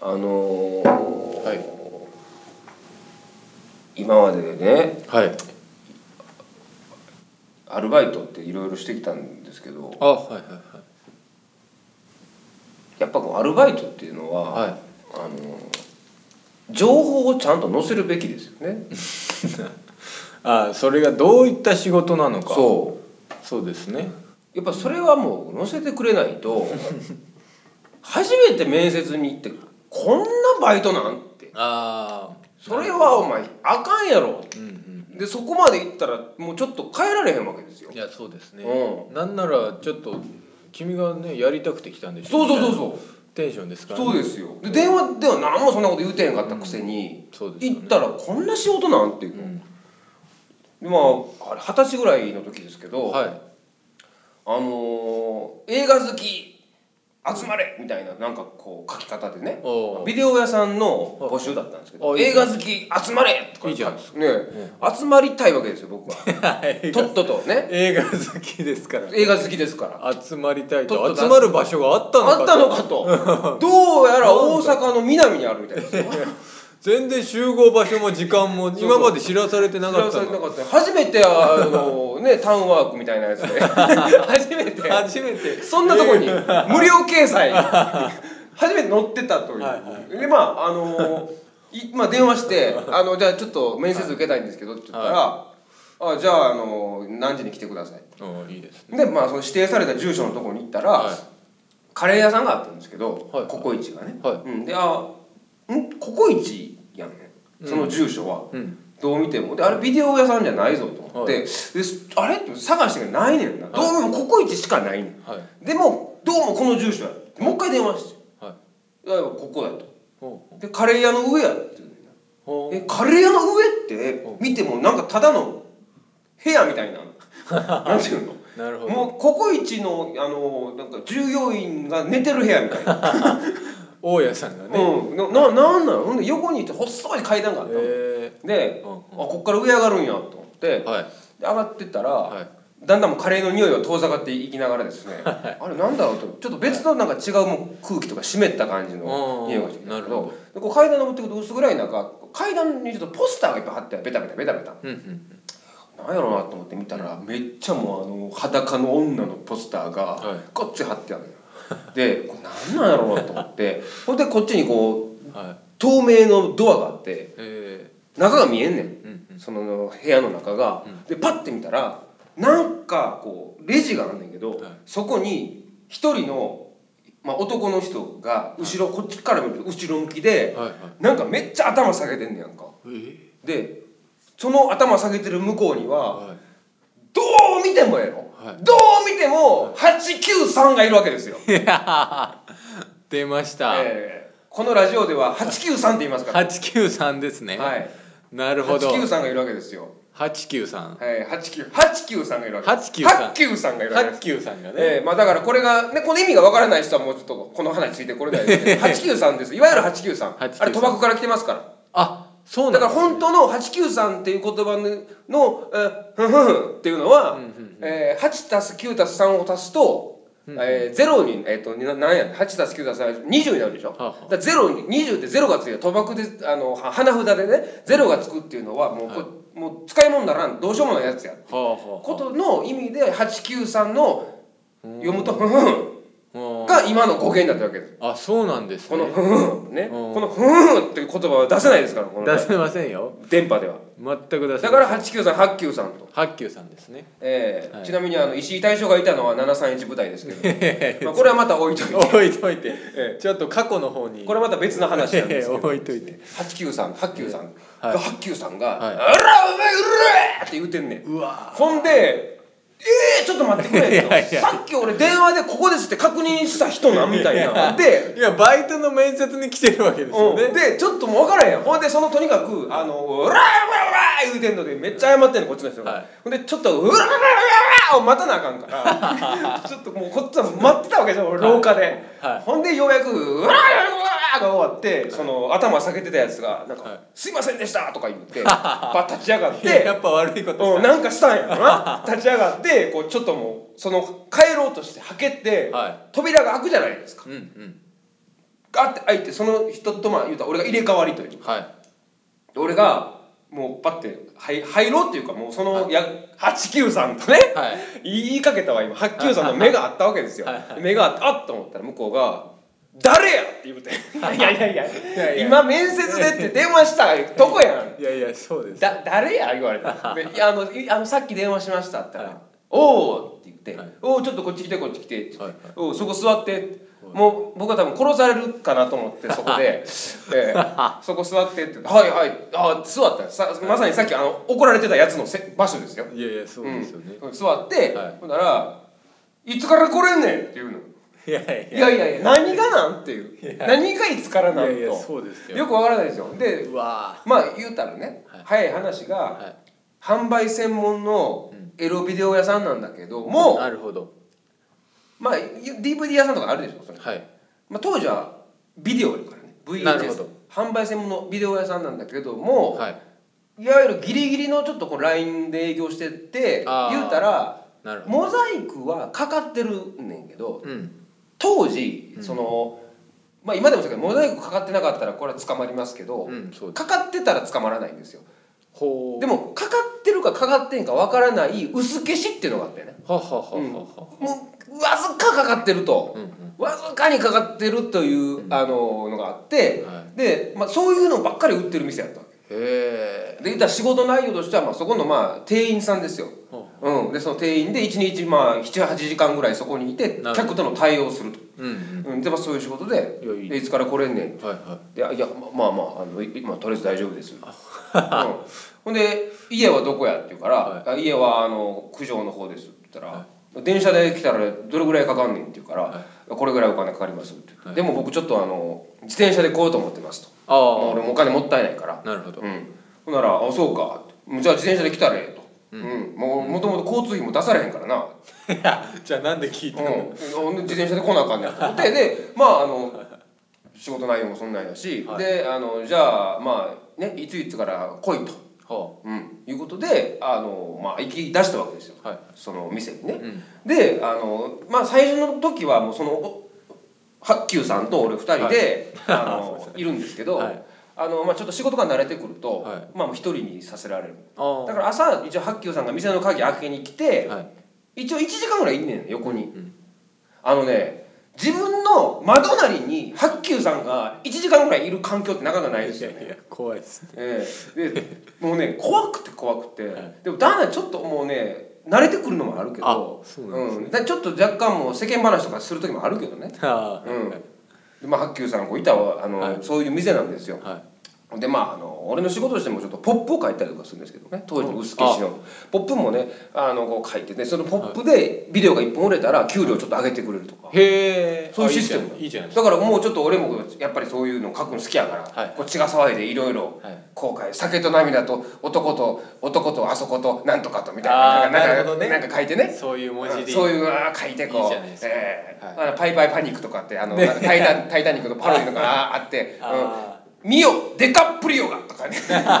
あのーはい今までねはいアルバイトっていろいろしてきたんですけどあはいはいやっぱこうアルバイトっていうのは、はいはいあのー情報をちゃんと載せるべきですよね。ああそれがどういった仕事なのかうそうそうですねやっぱそれはもう載せてくれない と初めて面接に行ってこんなバイトなんてああそれはお前あかんやろうんうんでそこまで行ったらもうちょっと帰られへんわけですよいやそうですねうなんならちょっと君がねやりたくて来たんでしそょうそうそううそうテンションですから、ね、そうですよで電話では何もそんなこと言うてへんかったくせに、そうですよね行ったらこんな仕事なんていううの、んでまああれ二十歳ぐらいの時ですけど、はいあのー映画好き集まれみたいななんかこう書き方でねおビデオ屋さんの募集だったんですけど「あいい映じゃ画ん好き集まれ!」とかいいじゃんね集まりたいわけですよ僕はとっとと ね映画好きですから映画好きですから集まりたいとっととと集まる場所があったのかあったのか とどうやら大阪の南にあるみたいですよ全然集合場所も時間もそう今まで知らされてな知からったされてのなかった初めてあのねタウンワークみたいなやつで 初めて初めてそんなとこに無料掲 載初めて乗ってたという、はいはでまああのいまあ、電話して「あのじゃあちょっと面接受けたいんですけど」って言ったら「あじゃああの何時に来てくださいうんいいです」でまあその指定された住所のとこに行ったら、はカレー屋さんがあったんですけど、はいココイチがね、はうん、で「あんココイチやんねその住所は、いうんどう見てもであれビデオ屋さんじゃないぞと思って、はであれって探してんけどないねんな、いどう見てもココイチしかないねんはいでもどうもこの住所やもう一回電話して、、はいやここやとほうでカレー屋の上やって言うねんなほうえカレー屋の上ってほ見てもなんかただの部屋み たいななんていうのなるほどもうココイチのあのなんか従業員が寝てる部屋みたいな、大家さんがねうんなななんなのほんで横にいて細い階段があったのへでえうんあこっから上上がるんやと思ってはいで上がってったら、はいだんだんもうカレーの匂いは遠ざかっていきながらですねあれなんだろうとちょっと別のなんか違うもう空気とか湿った感じの匂いがしてきたんだけうんどでこう階段登っていくと薄暗い中階段にちょっとポスターがいっぱい貼ってあるベタベタベタベタうんうんなんやろうなと思って見たらめっちゃもうあの裸の女のポスターがはいこっち貼ってあるのよでこれなんなんやろうなと思ってほんでこっちにこうはい透明のドアがあってえ中が見えんねんえうんその部屋の中が、でパッて見たらなんかこうレジがあんねんけど、はいそこに一人の、まあ、男の人が後ろ、こっちから見ると後ろ向きではいはいなんかめっちゃ頭下げてんねやんかえでその頭下げてる向こうにえははいどう見てもやろ、はいどう見ても893がいるわけですよ、出ましたええこのラジオでは893って言いますから、 893ですねはい、なるほど893がいるわけですよ、 893はい、893がいるわけです893 893がいるわけです893がねええまあだからこれがねこの意味がわからない人はもうちょっとこの話ついてこれないですけど893ですいわゆる893 893あれ賭博から来てますからあそうだなんかだら本当の893っていう言葉の「えーふんふんふん」っていうのは、うんうんうんえー、8たす9たす3を足すと、えー、0に、えー、とななんや8たす9たす3 20になるでしょ、はあはあだから0に20って0がついて賭博であのは花札でね0がつくっていうのはもう,、これもう使い物にならんどうしようもないやつやはあはことの意味で893の読むと「ふんふんふん」あはが今の語源だったわけです。ああそうなんですこのねふんふんね、うんこのふんふんっていう言葉は出せないですから、この出せませんよ電波では。全く出せませだんから八九三八九三と。八九さんですね。ええはいちなみにあの石井大将がいたのは七三一部隊ですけど、まあこれはまた置いといて、置いといて、えちょっと過去の方にこれはまた別の話なんですけど、置いといて。八九三八九三はい八九三が、はいあらお前うるえって言ってんねん。うわほんで。えー、ちょっと待ってくれいやいとやさっき俺電話でここですって確認した人なんみたい なでいやバイトの面接に来てるわけですようん、ね。でちょっともう分からへんほんでそのとにかく「あのうらうらうら」言うてんのでめっちゃ謝ってんのこっちの人が、はいほんでちょっと「うらうらうら」を待たなあかんから ちょっともうこっちは待ってたわけじゃん俺廊下で、はいほんでようやく「うらうらうら」が終わってその頭下げてたやつが「なんか、はいすいませんでした」とか言って バッ立ち上がっいややて。っぱ悪いこうとしん、なんかしたんやろ な立ち上がってこうちょっともうその帰ろうとしてはけて、はい扉が開くじゃないですかた。うんうん。ガッて開いてその人とまあ言うたら俺が入れ替わりというはいで俺がもうパッて入入ろうっていうかもうそのや、89さんとね、 はい言いかけたわ今八九さんの目があったわけですよ目があってあっと思ったら向こうが「誰や!」って言うて「 いやいやいやいやいや 今面接で」って電話したとこやんいやいやそうで すだ誰や言われて でいやあのいあのさっき電話しました」って言ったら「おお!」って言って「はいおおちょっとこっち来てこっち来て」はいはいおうそこ座って」もう僕は多分殺されるかなと思っ てそこで「ええそこ座って」って言って「はいはいあ座ったよさまさにさっきあの怒られてたやつのせ場所ですよ」いやいやそうですよね、うん座って、はいほんなら「いつから来れんねん」って言うのいやいいやいやいや何がなんていう何がいつからなんといやいやそうですよくわからないですよでうわまあ言うたらね、はい早い話が、は販売専門のエロビデオ屋さんなんだけどいも、なるほどまあ DVD 屋さんとかあるでしょそれ、はいまあ、当時はビデオやからねなるほ VHS ど販売専門のビデオ屋さんなんだけども、はいいわゆるギリギリのちょっとこうラインで営業してってあー言うたらなるほどモザイクはかかってるんねんけどうん当時その、まあ今でもそうだけどモザイクかかってなかったらこれは捕まりますけど、うんそうですかかってたら捕まらないんですよほうでもかかってるかかかってんかわからない薄消しっていうのがあってねははははうんはもうわずかかかってると、うんうんわずかにかかってるという、あののがあって、はで、まあ、そういうのばっかり売ってる店やったわけへで言ったら仕事内容としては、まあ、そこのまあ店員さんですよ、うん、でその店員で1日まあ78時間ぐらいそこにいてなるほ客との対応をすると、えうんうん、でまあそういう仕事でいやいいでいつから来れんねんうんはいはいであいやまあまああのいまあとりあえず大丈夫です、うん、ほんで「家はどこや?」って言うから「あ家はあの九条の方です」って言ったら、電車で来たらどれぐらいかかんねん」って言うから、これぐらいお金かかります」って言って、でも僕ちょっとあの自転車で来ようと思ってます」と「もうあ俺もお金もったいないからあ」なるほどうん、ほんなら「あそうか」じゃあ自転車で来たらええ」と。うんもうもともと交通費も出されへんからな、いやじゃあなんで聞いてるうん、自転車で来なあかんねんと思ってでまああの仕事内容もそんなんやし、であのじゃあまあねいついつから来いと、はうん、いうことであの、まあ、行き出したわけですよ、はいその店にね、であの、まあ、最初の時はもうそのお八九さんと俺二人で、あのいるんですけど、はいあのまあ、ちょっと仕事が慣れてくると、はいまあ、もう一人にさせられるああだから朝一応八九さんが店の鍵開けに来て、はい一応1時間ぐらいいんねん横に、あのね自分の窓なりに八九さんが1時間ぐらいいる環境ってなかなかないですいよやねいや怖いですええでもうね怖くて怖くて、はいでもだんだんちょっともうね慣れてくるのもあるけどあそうなんですねんだちょっと若干もう世間話とかする時もあるけどね、ああうんでまあ、八九さんこう板はあの、はいそういう店なんですよはでまああの俺の仕事としてもちょっとポップを書いたりとかするんですけどね当時の薄消しのポップもねあのこう書いててそのポップでビデオが1本売れたら給料ちょっと上げてくれるとか、いへえそういうシステムいいじゃないだからもうちょっと俺もやっぱりそういうの書くの好きやから、はいこう血が騒いでいろいろはい後悔酒と涙と男と男とあそことなんとかとみたいなあーなんかなるほどねなんか書いてねそういう文字うんでそういうあー書いていいこじうゃないですかええはあのパイパイパニックとかってあのなんかタイ タ「タイタニック」のパロディとかあーあって「うんあミオデカプリオが」とかね ー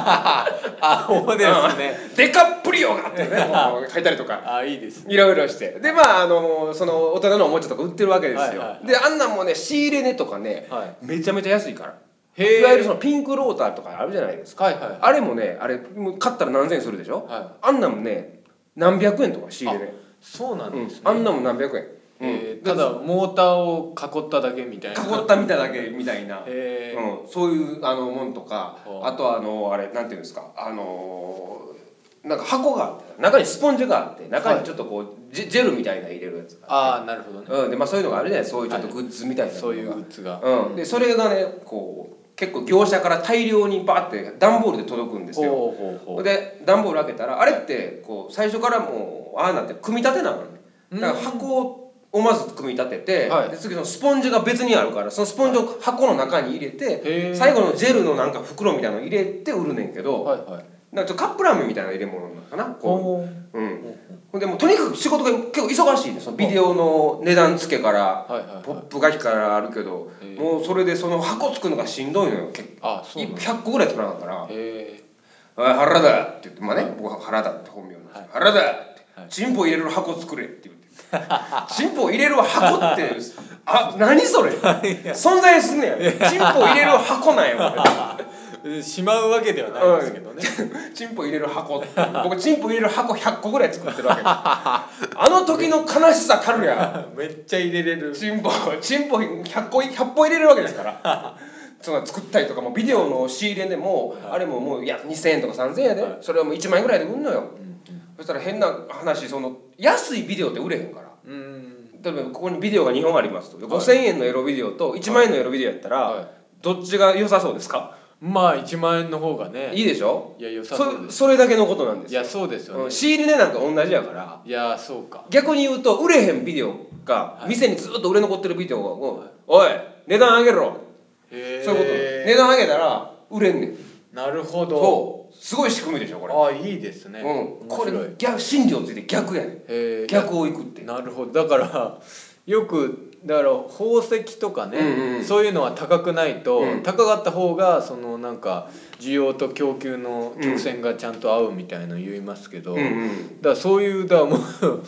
あそうですねデカプリオが ってねもう書いたりとかあいいですいろいろしてでまああのその大人のおもちゃとか売ってるわけですよ、はいはいはいであんなんもね仕入れ値とかね、はめちゃめちゃ安いからへえいわゆるそのピンクローターとかあるじゃないですか、はいはいあれもねあれもう買ったら何千円するでしょ、はあんなんもね何百円とか仕入れ値そうなんうんですねあんなんも何百円、えーただモーターを囲っただけみたいな囲ったみたいだけみたいな、へうん、そういうあのもんとかほうあとはあのあれなんていうんですかあのーなんか箱があって中にスポンジがあって中にちょっとこう、ジェジェルみたいなの入れるやつああなるほどねうんでまあ、そういうのがあるじゃないそういうちょっとグッズみたいなのがそういうグッズがうん、でそれがねこう結構業者から大量にバーって段ボールで届くんですよほうほうほうで段ボール開けたらあれってこう最初からもうああなって組み立てなのねだから箱をまず組み立てて、はいで次そのスポンジが別にあるからそのスポンジを箱の中に入れて、へー最後のジェルのなんか袋みたいなの入れて売るねんけど、はいはいなんかちょっとカップラーメンみたいな入れ物なのかなこうほうん、ほんでもうとにかく仕事が結構忙しいねそのビデオの値段付けから、うはいはいポップがきからあるけど、へえもうそれでその箱作るのがしんどいのよ結あそうなんだ100個ぐらい作らなあかんからへ「おい原田」って言ってまあね、僕は原田って本名なんですけど原 田」って「チンポ入れる箱作れ」って言って「チンポ入れる箱ってあ何それ存在すんねやチンポ入れる箱なんやこしまうわけではないですけどね、れチンポ入れる箱って僕チンポ入れる箱100個ぐらい作ってる わけですあの時の悲しさたるや めっちゃ入れれるチンポチンポ100個100本入れるわけです からそんな作ったりとかもうビデオの仕入れでも、あれももういや2000円とか3000円やで、はいそれはもう1万円ぐらいで売んのよ、そしたら変な話その安いビデオって売れへんからうん例えばここにビデオが2本ありますとい5000円のエロビデオと1万円のエロビデオやったら、はいどっちが良さそうですかまあ1万円の方がねいいでしょいや良さそうそですそれだけのことなんですいやそうですようねん、仕入れ値なんか同じやからいやそうか逆に言うと売れへんビデオが店にずっと売れ残ってるビデオが「おい値段上げろ」へえそういうこと値段上げたら売れんねんなるほどそうすごい仕組みでしょこれ、あいいですね、うん、面こ白いれ逆心理をついて逆やねんへえ逆をいくってなるほどだからよくだから宝石とかね、うんうんそういうのは高くないと、うん高かった方がそのなんか需要と供給の曲線がちゃんと合うみたいの言いますけど、うんうんだからそういうだからもう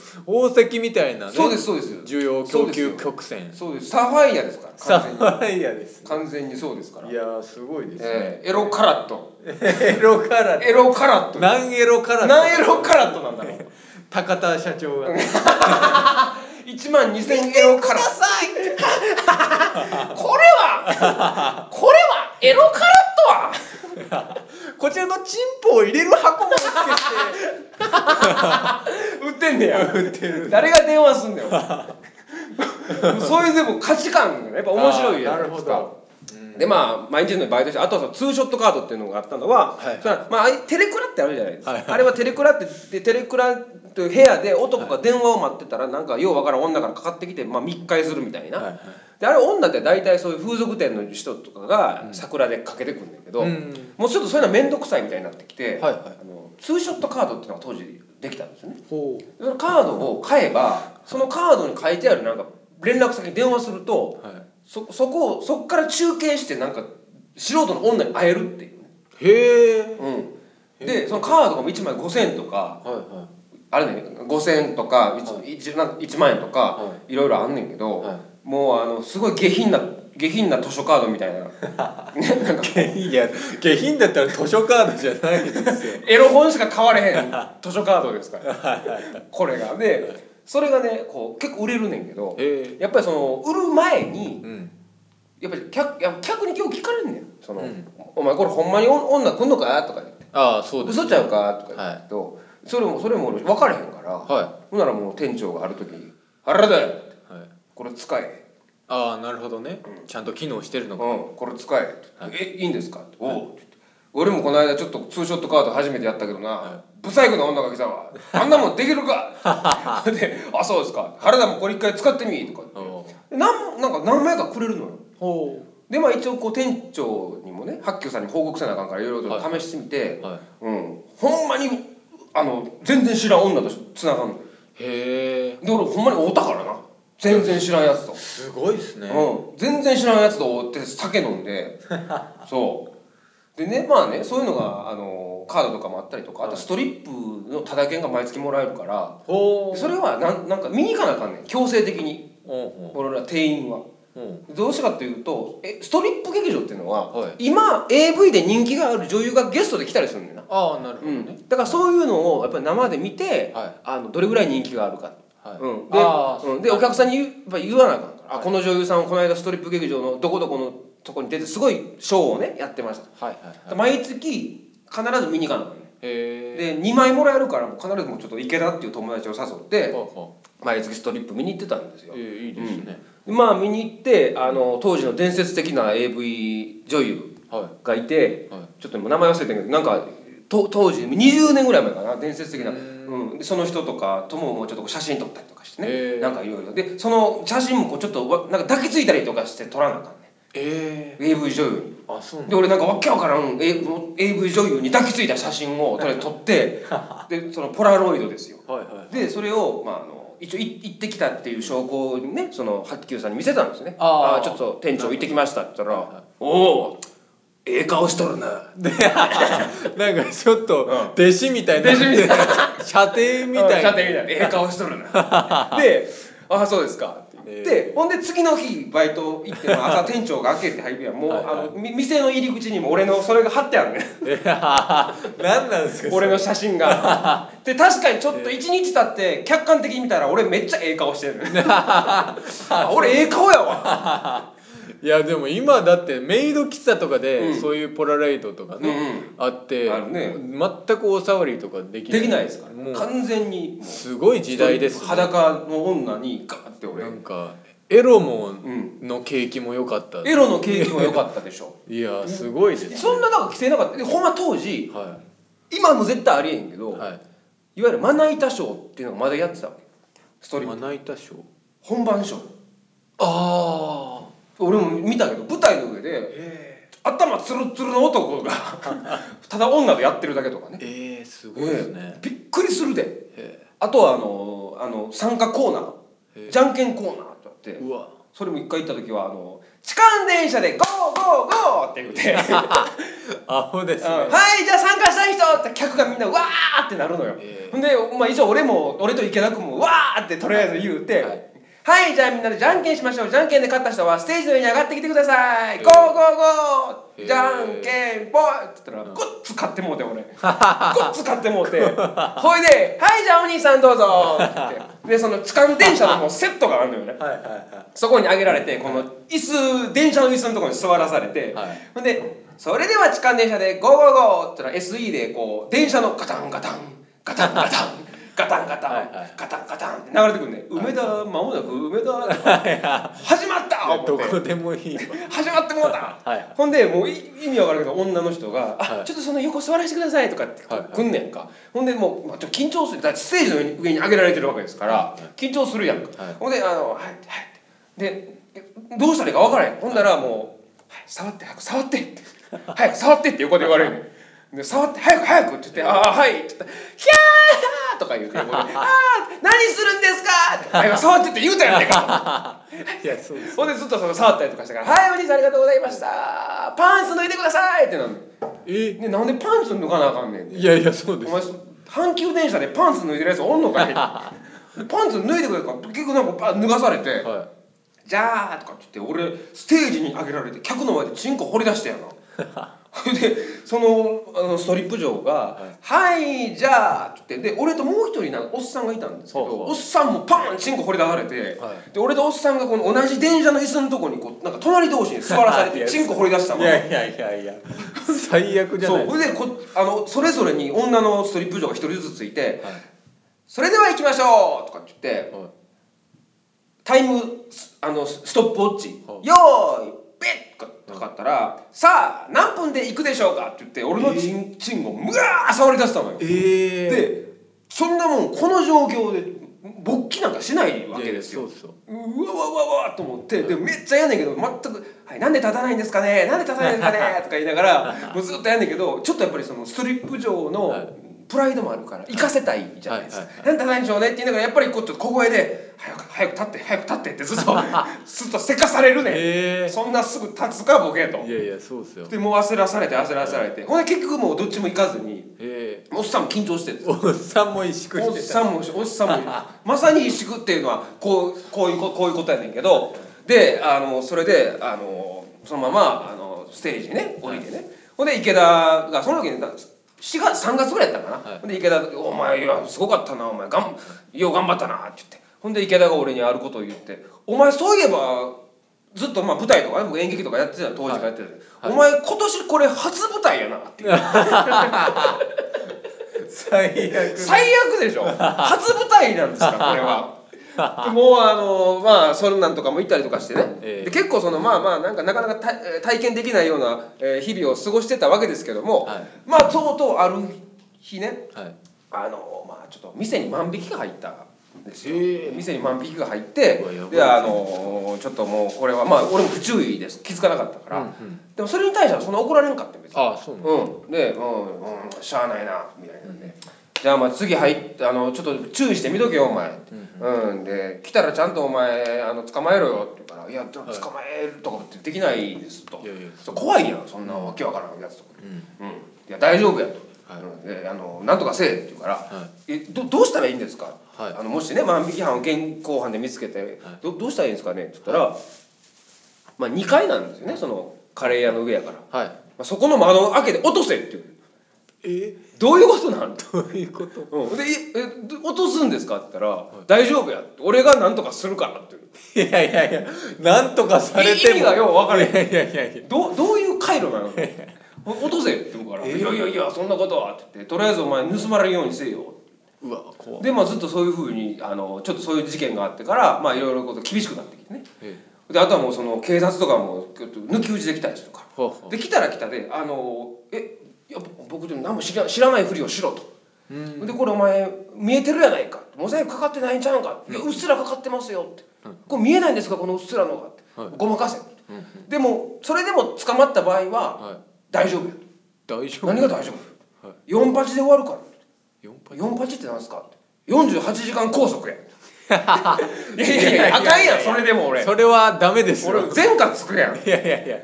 宝石みたいなねそうですそうです需要そう供ですよ給曲線そうですサファイアですから完サ全フにァイアです完全にそうですからいやーすごいですね、えーエロカラットエロカラッエロカラットト何エロカラット何エロカラットなんだろう高田社長が1万2000エロカラ ットこれはこれはエロカラットはこちらのチンポを入れる箱もつ売ってんねやけて売ってる誰が電話すんだよ そういうでも価値観がやっぱ面白いやあつーなでるほすかどでまあ毎日のようにバイトしてあとはそのツーショットカードっていうのがあったのは、はいはいそれはまあああいうテレクラってあるじゃないですか、はいはあれはテレクラってでテレクラという部屋で男が電話を待ってたらなんかようわからん女からかかってきて、まあ、密会するみたいな、はいはいであれ女って大体そういう風俗店の人とかが桜でかけてくるんだけど、うんもうちょっとそういうのは面倒くさいみたいになってきて、はいはいあのツーショットカードっていうのが当時できたんですよね。ほうそのカードを買えばそのカードに書いてあるなんか連絡先に電話するとそそこをそこから中継してなんか素人の女に会えるっていうね、へえうん、でそのカードが1枚5,000円とかはいはあれね5,000円とか 1,、一なんか一万円とか、、はいろいろあんねんけど、はいもうあのすごい下品な下品な図書カードみた いなねなんか下品や下品だったら図書カードじゃないですよエロ本しか買われへん図書カードですからこれがでそれがねこう結構売れるねんけどへえやっぱりその売る前にうんやっぱり客いや客に今日聞かれんねんその、うんお前これほんまに女来んのか?」とか言ってああ「そうです嘘ちゃうか?」とか言うと、それもそれも俺分からへんから、はほんならもう店長がある時に「あれだよはいこれ使え」ああなるほどねちゃんと機能してるうん「のかこれ使え」えいいんですか?」って「おう」って言って俺もこの間ちょっとツーショットカード初めてやったけどな、不細工な女が来たわあんなもんできる かで「あそうですか原田もこれ一回使ってみ」とか言ってほでなんなんか何枚かくれるのようほでまあ一応こう店長にもね八九さんに報告せなあかんからいろいろと試してみて、うはいうん、ほんまにあの全然知らん女とつながんのへえで俺ほんまに会うたからな全然知らんやつと、すごいですねうん、全然知らんやつと会って酒飲ん でそうでねまあねそういうのがあのカードとかもあったりとかあとストリップのタダ券が毎月もらえるからほうそれはなんなんか見に行かなあかんねん強制的にほ俺ら店員は。うほうどうしてかというとえストリップ劇場っていうのは、は今 AV で人気がある女優がゲストで来たりするんだよな、ああなるほうどんねだからそういうのをやっぱり生で見て、はいあのどれぐらい人気があるか、はいうん、でああうんでお客さんに言うやっぱ言わなあかんから、あはいこの女優さんこの間ストリップ劇場のどこどこのとこに出てすごいショーをねやってました、はいはいはい毎月必ず見に行かなあかんねへえで2枚もらえるからもう必ずもうちょっと池田っていう友達を誘ってほうほ毎月ストリップ見に行ってたんですようええいいですねまあ見に行ってあの当時の伝説的な AV 女優はがいて、はいちょっともう名前忘れてんけどなんかと当時20年ぐらい前かな伝説的な、うんでその人とかとももうちょっとこう写真撮ったりとかしてへねーなんかいろいろでその写真もこうちょっとわなんか抱きついたりとかして撮らなあかんねいえ AV 女優に。えあそうなんだで俺なんかわけわからん A- もう AV 女優に抱きついた写真をとりあえず撮って でそのポラロイドですよはいはいでそれを、まあ、あの一応い行ってきたっていう証拠をねその八九さんに見せたんですね「ああーーちょっと店長行ってきました」って言ったはいはら「おおええ顔しとるな」なんかちょっとうん弟子みたいな、弟子みた いな射程みたいな なええ顔しとるな」で「ああそうですか」ってでほんで次の日バイト行っても朝店長が開けて入るやんもうはいはいあのみ店の入り口にも俺のそれが貼ってあるねん何なんですか俺の写真が で確かにちょっと1日経って客観的に見たら俺めっちゃええ顔して るあ 俺ええ顔やわいやでも今だってメイド喫茶とかうでんそういうポラライドとかね、うんあってあるね全くお触りとかできないできないですからもう完全にもうすごい時代ですね裸の女にガーって俺なんかエロもうんの景気も良かったエロの経験は良かったでしょいやすご いですねそんななんか規制なかったでほんま当時は今も絶対ありえへんけいど、はいい、わゆるまな板ショーっていうのがまだやってたわけストリップまな板ショー本番ショーあ俺も見たけど舞台の上で頭ツルツルの男 がただ女でやってるだけとかねあえー、すごいですね、びっくりするでへあとはあのあの参加コーナへーじゃんけんコーナーとあってえうわそれも一回行った時はあの痴漢電車でゴーゴーゴーって言って、アホですねうんはいじゃあ参加したい人って客がみんなわーってなるのよ、えほんで、まあ、一応俺も俺と池田君もわーってとりあえず言うて、ははいいじゃあみんなでじゃんけんしましょうじゃんけんで勝った人はステージの上に上がってきてください、えーゴーゴーゴえーーじゃんけんぽいって言ったらごっつ買ってもうて俺 ごっつ買ってもうてほいで「はいじゃあお兄さんどうぞ」って言ってでその痴漢電車のもうセットがあるのよねはいはいはそこに上げられてこの椅子電車の椅子のところに座らされて、はいほんで「それでは痴漢電車でゴーゴーゴー」って言ったら SE でこう電車のガタンガタンガタンガタンガタンガタンはいはいガタンガタンって流れてくるね「梅田まもなく梅田」始まった!」い思どってこでもいいわ始まってもうた、はいほんでもうい意味わからんけど女の人が「あ、はいちょっとその横座らせてください」とかってはいはい来んねんか、ほんでもう、まあ、ちょっと緊張するだってステージの上に上に上げられてるわけですから、緊張するやんか、はいほんで「あのはいはい」でどうしたらいいか分からへんほんならもう「はい、触って早く触って」って「早く触って」って横で言われるねんで触って早く早くって言って「ああはい」って言ったら「ひゃー!」とか言うて横で「ああ何するんですか!」って「早く触って」って言うたやんねんかいやそうですほんでずっとその触ったりとかしたから「はいお兄さんありがとうございましたパンツ脱いでください」ってなるえねなんでパンツ脱がなあかんねんいやいやそうでおす前阪急電車でパンツ脱いでるやつおんの かいパンツ脱いでくれとか結局なんかパン脱がされては「じゃあ」とかって言って俺ステージに上げられて客の前でチンコ掘り出してやなほ いでそのあのストリップ嬢が「はいじゃあ」って言ってで俺ともう一人なんかおっさんがいたんですけほうほどうおっさんもパーンチンコ掘り出されて、はで俺とおっさんがこの同じ電車の椅子のとこにこうなんか隣同士に座らされいやてチンコ掘り出したいのいやいやいやいや最悪じゃなそいうでそれでこあのそれぞれに女のストリップ嬢が一人ずついてすかはい「それでは行きましょう」とかって言ってはいタイムスあのスストップウォッチは「よーいベッ!」とかかかったら「さあ何分で行くでしょうか」って言って俺のチン,、チンをむわー触り出したのよ。ええでそんなもんこの状況で勃起なんかしないわけですよ。そうそううわわわわと思ってでもめっちゃやんねんけど全く「はい、なんで立たないんですかねなんで立たないんですか ね」とか言いながらもうずっとやんねんけどちょっとやっぱりそのストリップ嬢はいのプライドもあるから行かせたいじゃないですかは「いなんで立たないんでしょうね」って言いながらやっぱりこうちょっと小声で「早く早く立って早く立って」ってず っとずっとせかされるねん、えそんなすぐ立つかボケとえいやいやそうですよでもう焦らされて焦らされてほんで結局もうどっちも行かずにえおっさんも緊張しててえおっさんも萎縮おっしてたさんもおっさんもまさに萎縮っていうのはこうこういうここういうことやねんけどであのそれであのそのままあのステージにね降りてね、ほんで池田がその時にだ4月3月ぐらいやったかな、はいほんで池田「お前いやすごかったなお前がんよう頑張ったな」って言ってほんで池田が俺にあることを言って「お前そういえばずっとまあ舞台とかね僕演劇とかやってたよ当時からやってたよ、お前今年これ初舞台やな」って言って最悪最悪でしょ初舞台なんですからこれはでもうあのまあそんなんとかも行ったりとかしてね、ええで結構そのまあまあなんかなかなかたえー体験できないようなえー日々を過ごしてたわけですけども、はいまあとうとうある日ねはいあのまあちょっと店に万引きが入ったんですよ、え店に万引きが入ってうわやばいであのちょっともうこれはまあ俺も不注意です気づかなかったから、でもそれに対してはそんな怒られんかったよ別にああそうなのうん、で、うん、うん、しゃあないなみたいなんで、じゃあまあ次入ってあのちょっと注意してみとけよお前、うんで来たらちゃんとお前あの捕まえろよって言うから「いやでもはい捕まえるとかってできないです」といやいや「そう怖いやんそんなわけわからんやつとか」うんいや大丈夫や」と。であのなんとかせえ」って言うから「えどどうしたらいいんですかはいあのもしね万引き犯を現行犯で見つけてどどうしたらいいんですかね?」って言ったら、まあ、2階なんですよねそのカレー屋の上やから、まはいあ、そこの窓を開けて落とせっていうえどういうことなんと。どういうことうん、でいえど落とすんですかって言ったら「大丈夫や俺が何とかするから」っていういやいやいやなんとかされて意も味がよう分からへんいやいやいやいやどうどういう回路なの落とせって言うから「いやいやいやそんなことは」って言って「とりあえずお前盗まれるようにせよ」うわ怖っでまあずっとそういうふうにあのちょっとそういう事件があってからまあいろいろこと厳しくなってきてねえであとはもうその警察とかもちょっと抜き打ちで来たりするかほうらほで来たら来たで「あのえいや僕でも何も知ら知らないふりをしろ」と。ううんでこれお前見えてるやないかモザイクかかってないんちゃうんか、いやうっすらかかってますよって、これ見えないんですかこのうっすらのがって、はいごまかせ、うんうんでもそれでも捕まった場合ははい大丈夫や大丈夫何が大丈夫、4八で終わるから四杯4八ってなんすか48時間拘 束やいやいやいやあかんやんそれでも俺それはダメです俺よ前科つくやんいやいやいや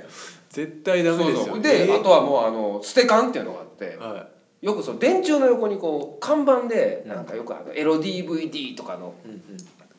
絶対ダメですよそうそうで、えあとはもうあの捨て缶っていうのがあって、はよくその電柱の横にこう看板でなんかよくあのエロ DVD とかのい、うんうん、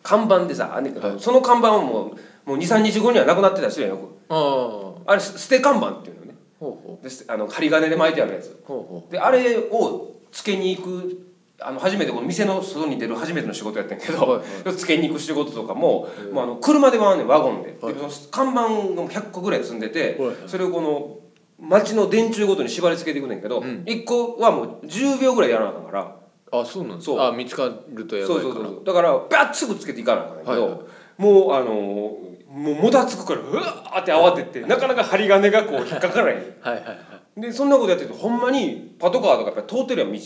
看板でさあんねんけど、その看板をもうもう23日後にはなくなってたりするやんよくああほあれす捨て看板っていうのねうほで捨てあの針金で巻いてあるやつうほうほであれをつけに行くあの初めてこの店の外に出る初めての仕事やってんけど、はつけに行く仕事とかも,、もうあの車で回んねんワゴンで,で、はその看板が100個ぐらい積んでて、はいはいそれをこの街の電柱ごとに縛り付けていくねんけど、うん1個はもう10秒ぐらいやらなあかんからうあそうなんですそうかあ見つかるとやばいそうかそうらそうそうだからバッすぐつけていかなあかんねんけど、はいはもうあのーもうもたつくからうわーって慌ててなかなか針金がこう引っかからへんはいはいはいでそんなことやってるとほんまにパトカーとかやっぱり通ってるやん道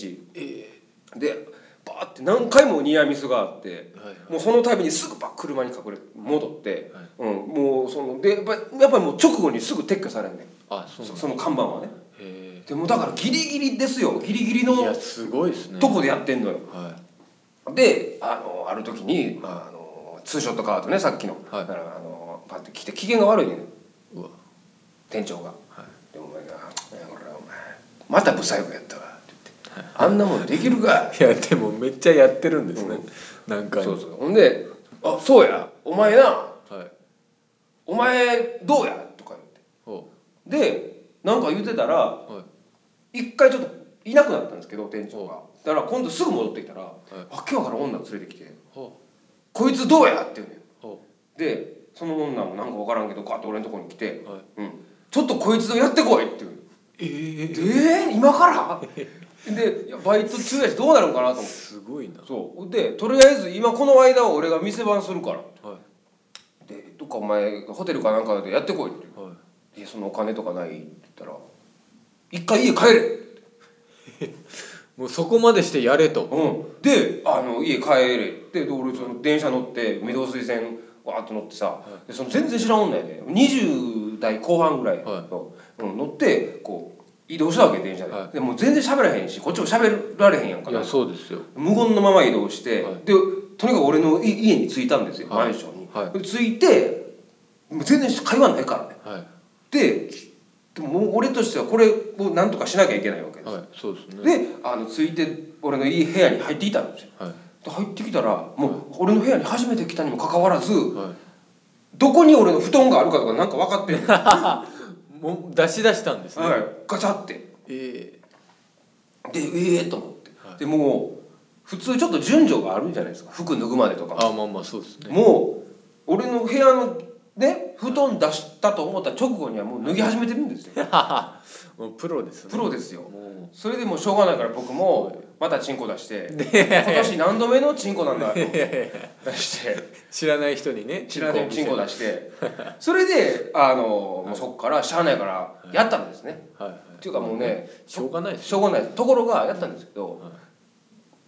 でバーって何回もニアミスがあってはいもうその度にすぐバッ車に隠れ戻って、うん、もうそのでやっぱりやっぱりもう直後にすぐ撤去されんねんあそうなそんだその看板はねへでもうだからギリギリですよギリギリえいのやすごいですねとこでやってんのよはであのある時に、まあ、あのツーショットカートねさっきの、はいだからあのパッて来て機嫌が悪いねんいうわ店長が、はでお前が「ねこれお前また不細工やったわ」って言って「あんなもんできるか」いやでもめっちゃやってるんですね、何回そうもそうほんで「あそうやお前なはいお前どうや?」とかほ言ってでなんか言ってたらうはい一回ちょっといなくなったんですけど店長がだから今度すぐ戻ってきたら「あ今日から女連れてきてほこいつどうや?」って言うねんうほでその女もなんか分からんけどガッと俺のとこに来て「はういん、ちょっとこいつをやってこい」って言ううえええー、今から でいやバイト中やしどうなるんかなと思ってすごいなそうでとりあえず今この間は俺が店番するからはでどっかお前ホテルかなんかでやってこいっていは「いいやそのお金とかない?」って言ったら「一回家帰れ!もうそこまでしてやれ」とうん、であの家帰れってで俺その電車乗って御堂筋線わーっと乗ってさ、でその全然知らん女やで20代後半ぐらいの、うん、乗ってこう移動したわけ電車で,、はでもう全然喋らへんしこっちも喋られへんやんかいやそうですよ無言のまま移動して、はいでとにかく俺のい家に着いたんですよ、はいマンションに、はで着いてもう全然会話ないからねはいででももう俺としてはこれをなんとかしなきゃいけないわけはいそうですねであの着いて俺のいい部屋に入っていたんですよはいで入ってきたらもう俺の部屋に初めて来たにもかかわらずはどこに俺の布団があるかとかなんか分かってんのはいもう出し出したんですね、いガチャってえでええと思って、でもう普通ちょっと順序があるんじゃないですか服脱ぐまでとえかあまあまあそうですねもう俺の部屋のね布団出したと思った直後にはもう脱ぎ始めてるんですよもうプロですねプロですよもそれでもうしょうがないから僕もまたチンコ出して今年何度目のチンコなんだと 思って出してう知らない人にね知らないチンコ出してはそれであのもうそっからしゃあないからやったんですねはいはいっていうかもうねしょうがないですしょうがないところがやったんですけど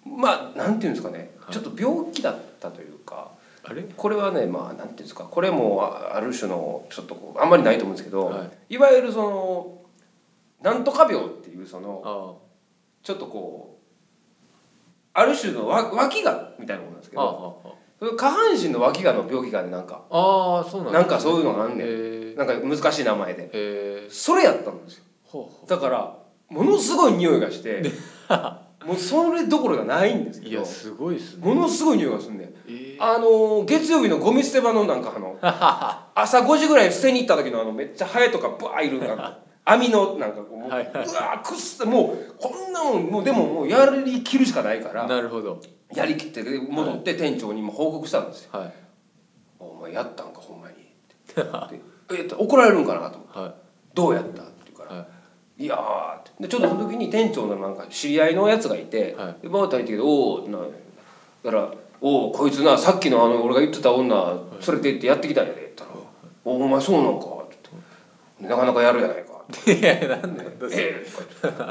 まあなんていうんですかねちょっと病気だったというかあれこれはねまあなんていうんですかこれもあある種のちょっとこうあんまりないと思うんですけど、、はいわゆるそのなんとか病っていうそのあちょっとこうある種のわ脇がみたいなものなんですけああどそれ下半身の脇がの病気がねなんかああそうなんだなんかそういうのがあんねへんなんか難しい名前でえへえそれやったんですよほうほだからものすごい匂いがして もうそれどころじゃないんですけいどやすごいですねものすごい匂いがするんでえーあのー月曜日のゴミ捨て場のなんかあ の朝5時ぐらいに捨てに行った時のあのめっちゃハエとかブワーいるなん か網のなんかこうもううはわいーくっさもうこんなもんもうでももうやりきるしかないからなるほどやりきってで戻って店長にも報告したんですよはい「お前やったんかほんまに」って でえっと怒られるんかなと思っては「どうやった?」って言うからは「いやー」ってでちょっとその時に店長のなんか知り合いのやつがいては「でバーター行ってきておお」なだから「おおこいつなさっきのあの俺が言ってた女連れて行ってやってきたんやで」って言ったら「おお前そうなんか」って言ってで「なかなかやるやないか」いいやなんなんだえ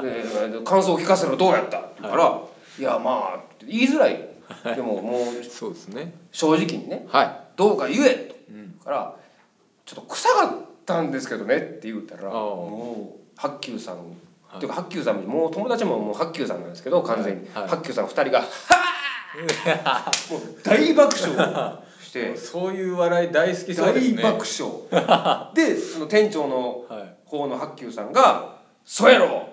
えで感想を聞かせろどうやった?」って言うから「い、やまあ」って言いづらいでももうそうですね正直にねはいどうか言えと、からちょっと臭かったんですけどねって言うたらああもう八九さん、っていうか八九さんももう友達ももう八九さんなんですけど完全に、はいはい八九さん二人が「はあ!」もう大爆笑してそういう笑い大好きそうです大ね爆笑でその店長のは方の八九さんが「そうやろ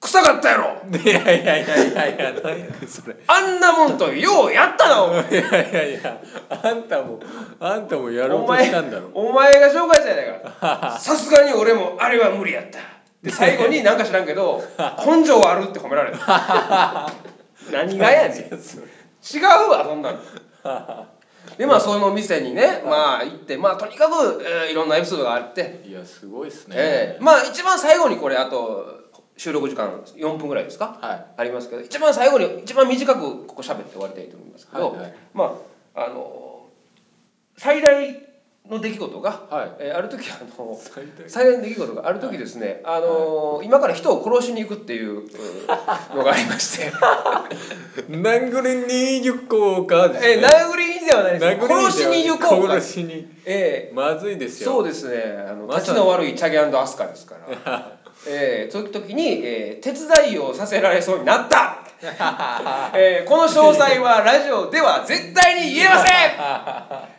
臭かったやろいいやいやいやいやいや何やそれあんなもんとようやったなお前いやいやいやあんたもあんたもやろうとしたんだろお前が紹介したやない かさすがに俺もあれは無理やったで最後になんか知らんけど根性はあるって褒められた 何がやねん違うわそんなの でまあその店にねまあ行ってまあとにかく、えーいろんなエピソードがあって、いやすごいですねええまあ一番最後にこれあと収録時間4分ぐらいですかはいありますけど一番最後に一番短くここ喋って終わりたいと思いますけど、はいはいまああの最大の出来事が、はいえーある時あの最大最大の出来事がある時ですね、あの今から人を殺しに行くっていううーのがありま して、殴りに行こうかですえーね殴りにではないです殴り殺しに行こうか殺しにえまずいでーすよそうですねあの、ま立さちにの悪いチャゲアスカですから、えー、そういう時に、えー手伝いをさせられそうにな ったえーこの詳細はラジオでは絶対に言え ません、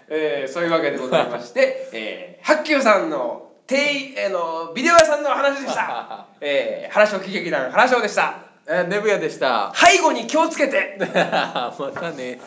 えーそういうわけでございまして、えー、八九さんの店員、えーのビデオ屋さんの話でした、えー、原翔喜劇団原翔でしたえー、ネブヤでした背後に気をつけてまたね